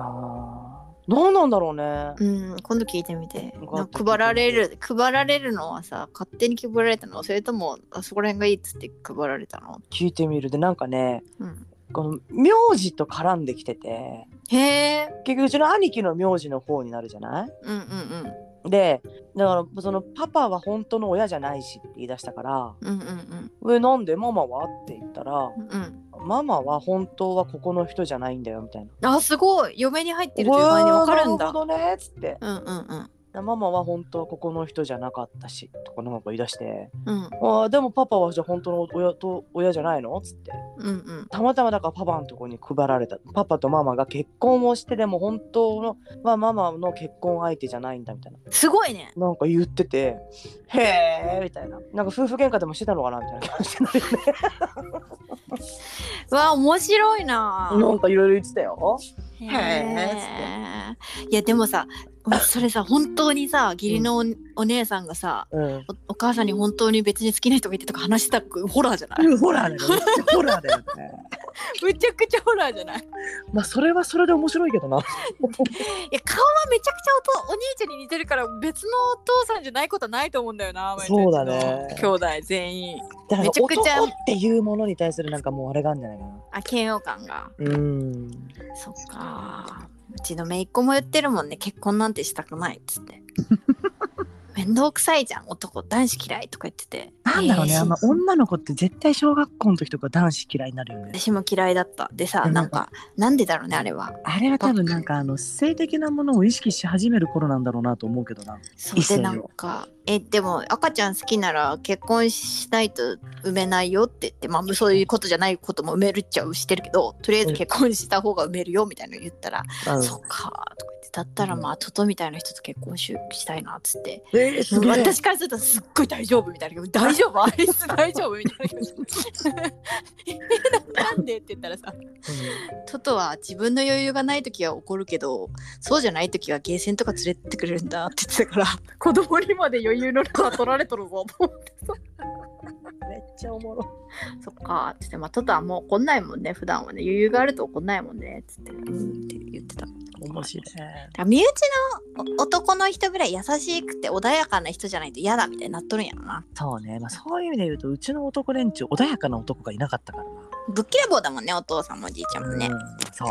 S2: あーどうなんだろうね。
S1: うん今度聞いてみて
S2: 分
S1: な
S2: か
S1: ん
S2: った
S1: か配られる配られるのはさ勝手に配られたのそれともあそこら辺がいいっつって配られたの
S2: 聞いてみる。で、なんかね、
S1: うん
S2: この名字と絡んできてて、
S1: へえ
S2: 結局うちの兄貴の名字の方になるじゃない
S1: うんうん
S2: で、だからそのパパは本当の親じゃないしって言い出したから、
S1: うんうんうん
S2: 上なんでママはって言ったら、
S1: うんうん
S2: ママは本当はここの人じゃないんだよみたいな。
S1: あすごい嫁に入ってるという前にわかるん
S2: うわーなるほ
S1: だ
S2: どねっつって
S1: うんうんうん
S2: ママは本当はここの人じゃなかったしとかなんか言い出して
S1: うん
S2: あーでもパパはじゃあ本当の親と親じゃないのっつって
S1: うんうん
S2: たまたまだからパパのとこに配られたパパとママが結婚をしてでも本当の、まあ、ママの結婚相手じゃないんだみたいな
S1: すごいね
S2: なんか言っててへえみたいななんか夫婦喧嘩でもしてたのかなみたいな感じになるよね
S1: わあ面白いな
S2: なんかいろいろ言ってたよ
S1: へ
S2: え
S1: えいやでもさそれさ本当にさ義理のお,、お姉さんがさ
S2: うん
S1: おお母さん に本当に別に好きな人がいてとか話したくホラーじゃない
S2: ホラーだよねホラーだよね
S1: むちゃくちゃホラーじゃないい
S2: まあそれはそれで面白いけどな
S1: や顔はめちゃくちゃおとお兄ちゃんに似てるから別のお父さんじゃないことはないと思うんだよな
S2: そうだね
S1: 兄弟全員
S2: だから
S1: めちゃくちゃ
S2: 男っていうものに対するなんかもうあれがあるんじゃないかな
S1: あ嫌悪感が
S2: うん
S1: そっかうちの姪っ子も言ってるもんね結婚なんてしたくないっつって 面倒くさいじゃん男男子嫌いとか言ってて
S2: なんだろうね、
S1: えー
S2: あの女の子って絶対小学校の時とか男子嫌いになるよね
S1: 私も嫌いだったでさ
S2: うん
S1: なんかなんでだろうねあれは
S2: あれは多分なんかあの性的なものを意識し始める頃なんだろうなと思うけどな
S1: そう
S2: 異性
S1: で
S2: を
S1: なんかえでも赤ちゃん好きなら結婚しないと埋めないよって言ってまあそういうことじゃないことも埋めるっちゃしてるけどとりあえず結婚した方が埋めるよみたいなの言ったら、そっかとか言ってだったらまあトトみたいな人と結婚ししたいなっつって
S2: えー、すげえ
S1: 私からするとすっごい大丈夫みたいな大丈夫あいつ大丈夫みたいな感じ えななんで って言ったらさトトは自分の余裕がない時は怒るけどそうじゃない時はゲーセンとか連れてってくれるんだって言ってたから子供にまで余裕の中は取られとるぞ
S2: めっちゃおもろ
S1: そっかって言って、まあ、トトはもう怒んないもんね普段はね余裕があると怒んないもんねって言って,、うん、って言ってた
S2: 面白い
S1: だから身内のお男の人ぐらい優しくて穏やかな人じゃないと嫌だみたいになっとるんやろな
S2: そうね、まあ、そういう意味で言うとうちの男連中穏やかな男がいなかったから
S1: ぶっきらぼうだもんねお父さんもおじいちゃんも
S2: な、
S1: ね、
S2: うん、そ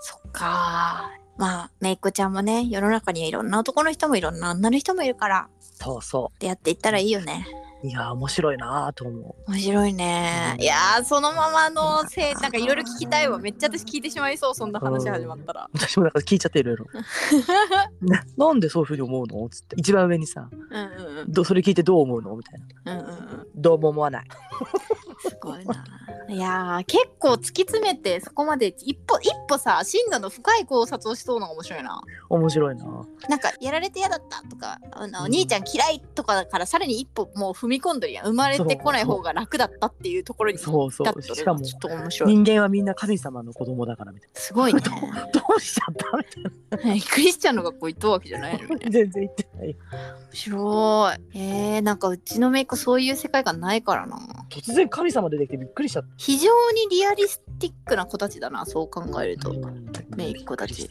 S1: そっかーまあめいっ子ちゃんもね世の中にはいろんな男の人もいろんな女の人もいるから
S2: うそうそ
S1: 出会っていったらいいよね
S2: ういやー面白いなーと思う
S1: 面白いねいやーそのままのせいなんかいろいろ聞きたいわめっちゃ私聞いてしまいそうそんな話始まったら
S2: 私もなんか聞いちゃっていろい ろななんでそういうふうに思うのっつって一番上にさ
S1: うんうんうん
S2: どそれ聞いてどう思うのみたい
S1: う
S2: な
S1: んうんうん
S2: どうも思わない
S1: すごいないやー結構突き詰めてそこまで一歩一歩さ進路の深い考察をしそうなのが面白いな
S2: 面白いな
S1: なんかやられて嫌だったとかあの、
S2: うん
S1: お兄ちゃん嫌いとかだからさらに一歩もう踏み込んどるやん生まれてこない方が楽だったっていうところに
S2: そうそ
S1: だっ
S2: う
S1: た
S2: しかも
S1: ちょっと面白い
S2: 人間はみんな神様の子供だからみたい
S1: す ごいね
S2: などうしちゃったみたいな
S1: クリスチャンの学校行ったわけじゃないのにね
S2: 全然言ってない
S1: 面白いえー、なんかうちの姪っ子そういう世界観ないからな
S2: 突然神様出てきてびっくりしちゃった
S1: 非常にリアリスティックな子たちだなそう考えると姪っ子たち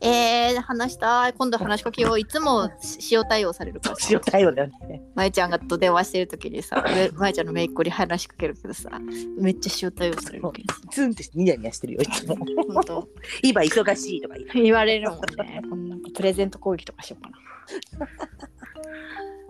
S1: えー、話したい今度話しかけよういつも塩対応されるから
S2: しようだよね
S1: まえちゃんがと電話してる時に さ、上まえちゃんのめいっ子に話しかけるけどさ、めっちゃ塩対応されるけど さ
S2: ツンってニヤニヤしてるよいつも
S1: ほんと
S2: 今忙しいとか言って
S1: 言われるもんね。こんなん かプレゼント攻撃とかしようかな。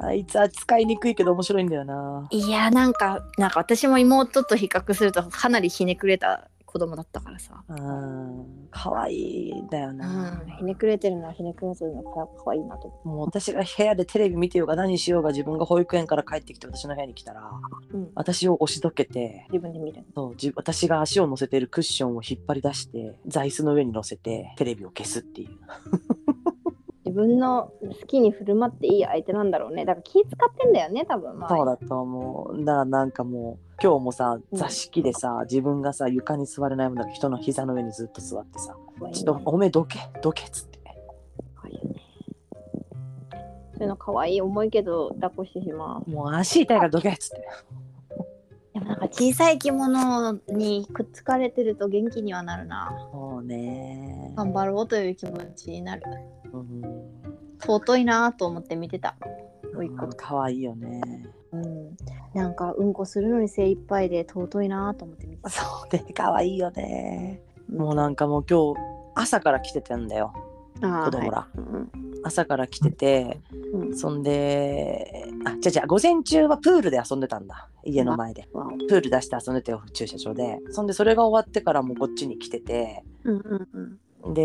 S2: あいつ扱いにくいけど面白いんだよない
S1: や、なんか、なんか私も妹と比較するとかなりひねくれた子供だったからさ。
S2: うん可愛いんだよ
S1: う
S2: な、
S1: ん、ひねくれてるのはひねくれてるのが可愛いなと思
S2: もう私が部屋でテレビ見てようが何しようが自分が保育園から帰ってきて私の部屋に来たら
S1: う。うん、
S2: 私を押しどけて
S1: 自分で見る
S2: そう自私が足を乗せているクッションを引っ張り出して座椅子の上に乗せてテレビを消すっていう
S1: 自分の好きに振る舞っていい相手なんだろうね。だから気使ってんだよね、多分。
S2: そうだと思うだからなんかもう今日もさ座敷でさ、自分がさ床に座れないもんだから人の膝の上にずっと座ってさ「ちょっとおめえどけどけ」っつって
S1: 可愛いよね。そういうの可愛い重いけど抱っこしてしまう。
S2: 「もう足痛いからどけ」っつって
S1: でもなんか小さい着物にくっつかれてると元気にはなるな。
S2: そうね
S1: 頑張ろうという気持ちになる。
S2: うん
S1: 尊いなと思って見てた。おいっ子。
S2: かわいいよね
S1: うん。なんかうんこするのに精一杯で尊いなと思って見てた。
S2: そうねかわいいよねもうなんかもう今日朝から来てたんだよ
S1: あ
S2: 子供ら、
S1: いうん
S2: 朝から来てて、
S1: うん
S2: そんであじゃじゃ午前中はプールで遊んでたんだ家の前で
S1: わお
S2: プール出して遊んでてよ駐車場でそんでそれが終わってからもうこっちに来てて
S1: うんうんうん。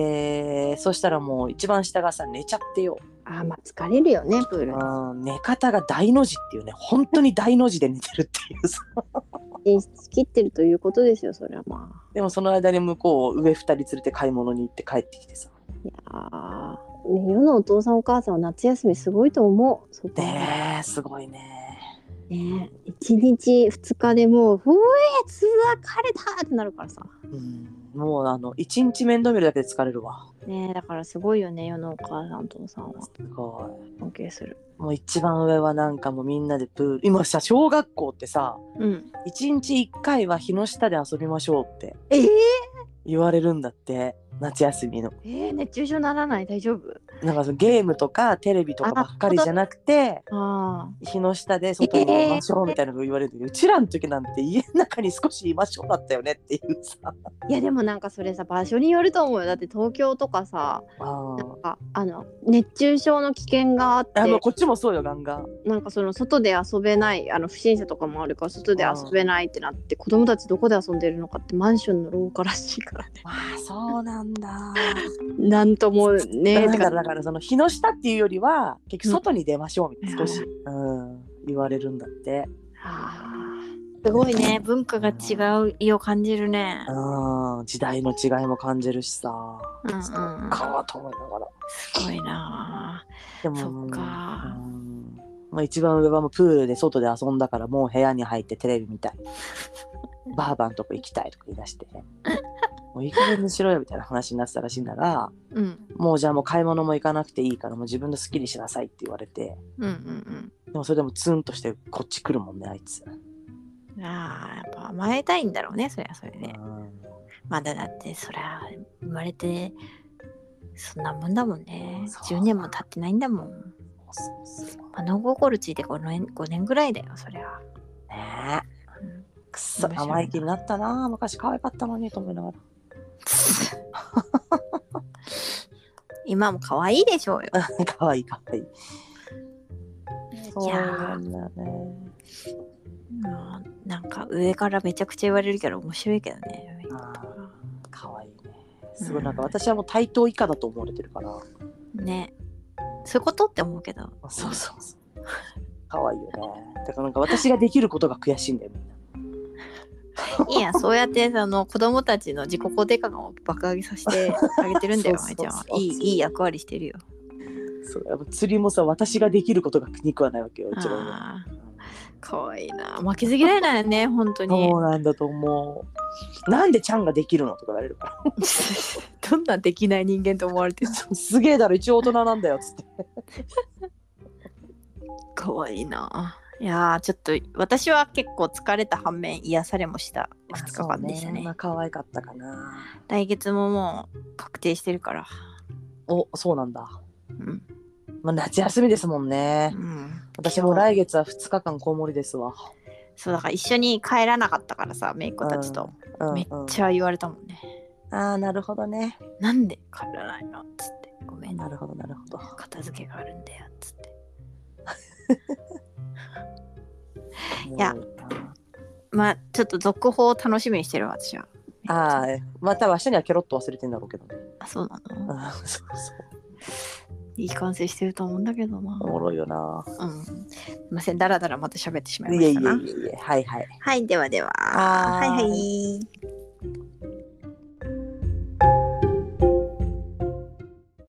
S2: でそしたらもう一番下がさ寝ちゃってよ、
S1: あーまあ疲れるよねプール。
S2: うん、寝方が大の字っていうね本当に大の字で寝てるっていうさ
S1: 演出切ってるということですよそれはまあ。
S2: でもその間に向こうを上2人連れて買い物に行って帰ってきてさ
S1: いやーね世のお父さんお母さんは夏休みすごいと思う。そこは
S2: ねえすごいね
S1: ね
S3: ねえ1日2日でもう「うえつわかれた!」ってなるからさ
S2: うんもうあの一日面倒見るだけで疲れるわ
S3: ねえだからすごいよね世のお母さんとお父さんは
S2: すごい
S3: 尊敬する
S2: もう一番上はなんかもうみんなでプール今さ小学校ってさ
S3: うん
S2: 一日一回は日の下で遊びましょうって
S3: えー、
S2: 言われるんだって夏休みの
S3: えー、熱中症ならない大丈夫
S2: なんかそのゲームとかテレビとかばっかりじゃなくて
S3: ああ
S2: 日の下で外にいましょうみたいなの言われるんだけど、うちらの時なんて家の中に少しいましょうだったよねっていうさ
S3: いやでもなんかそれさ場所によると思うよだって東京とかさ
S2: あー
S3: なんかあの熱中症の危険があって
S2: あのこっちもそうよガンガン
S3: なんかその外で遊べないあの不審者とかもあるから外で遊べないってなって子供たちどこで遊んでるのかってマンションの廊下らしいからね
S2: ああそうなん だ
S3: なんともね
S2: だ
S3: て
S2: か
S3: から
S2: だからその日の下っていうよりは結局外に出ましょうみたいな、
S3: うん
S2: 少し、うん、言われるんだって
S3: あ
S1: すごいね文化が違う意を感じるね。
S2: うん時代の違いも感じるしさ
S1: うんうんうん
S2: そっかわと思いながら
S1: すごいな
S2: で
S1: あ。
S2: も
S1: そっ
S2: う
S1: か。
S2: んまあ、一番上はもうプールで外で遊んだからもう部屋に入ってテレビ 見たいバーバーのとこ行きたいとか言い出してねもういい加減にしろよみたいな話になってたらしいんだが
S1: うん
S2: もうじゃあもう買い物も行かなくていいからもう自分ですっきりしなさいって言われて
S1: うんうん
S2: でもそれでもツンとしてこっち来るもんねあいつ、
S1: うん。ああやっぱ甘えたいんだろうねそりゃそれ
S2: う
S1: ね。
S2: ん
S1: まだだってそりゃ生まれてそんなもんだもんね。
S2: そう
S1: 10年も経ってないんだもん。
S2: そうそう
S1: 物心ついて5年 ,5 年ぐらいだよそりゃ。
S2: ね
S1: うん
S2: えくっそ
S1: 面白いな
S2: 生意気になったな昔可愛かったのにと思いながら
S1: 今も可愛いでしょうよ。
S2: 可愛い可愛いそう
S1: いや
S2: なんだね
S1: うんなんか上からめちゃくちゃ言われるけど面白いけどね。
S2: あー可愛いねすごいなんか私はもう対等以下だと思われてるから、
S1: ね。そういうことって思うけ ど。
S2: そうそうそう可愛いよねだからなんか私ができることが悔しいんだよみんない
S1: や、そうやってその子供たちの自己肯定感を爆上げさせ てあげてるんだよ、
S2: そうそ
S1: 舞
S2: うそ
S1: ちゃんは。
S2: う
S1: いい、いい役割してるよ。
S2: そうやっぱ釣りもさ私ができることが苦くはないわけようちらは
S1: ああ、かわいいな。負けず嫌いだよね、本 当に
S2: そ。うなんだと思うなんでちゃんができるのとか言われるから
S1: どんなできない人間と思われてる
S2: すげえだろ一応大人なんだよつ って
S1: かわいいな。いやーちょっと私は結構疲れた反面癒されもした2日間でしたね
S2: まあ可愛かったかな
S1: 来月ももう確定してるから
S2: おそうなんだ
S1: うん、
S2: まあ夏休みですもん
S1: う
S2: ね
S1: ん、
S2: 私も来月は2日間こもりですわ、
S1: そうだから一緒に帰らなかったからさ姪っ子たちと、
S2: うんうん
S1: めっちゃ言われたもんね、
S2: ああなるほどね
S1: なんで帰らないのっつってごめん
S2: なるほどなるほど
S1: 片付けがあるんだよっつって
S2: い
S1: やまあちょっと続報を楽しみにしてるわ私は
S2: ああまた明日にはケロッと忘れてんだろうけどね
S1: あそうな
S2: う
S1: の
S2: んそうそう
S1: いい完成してると思うんだけどな
S2: おもろいよな
S1: うんすいませんだらだらまた喋ってしまい
S2: い
S1: ま
S2: や
S1: し
S2: い
S1: た
S2: や
S1: ない
S2: やいやはいはい
S1: はいではでは
S2: はーい
S1: はいはい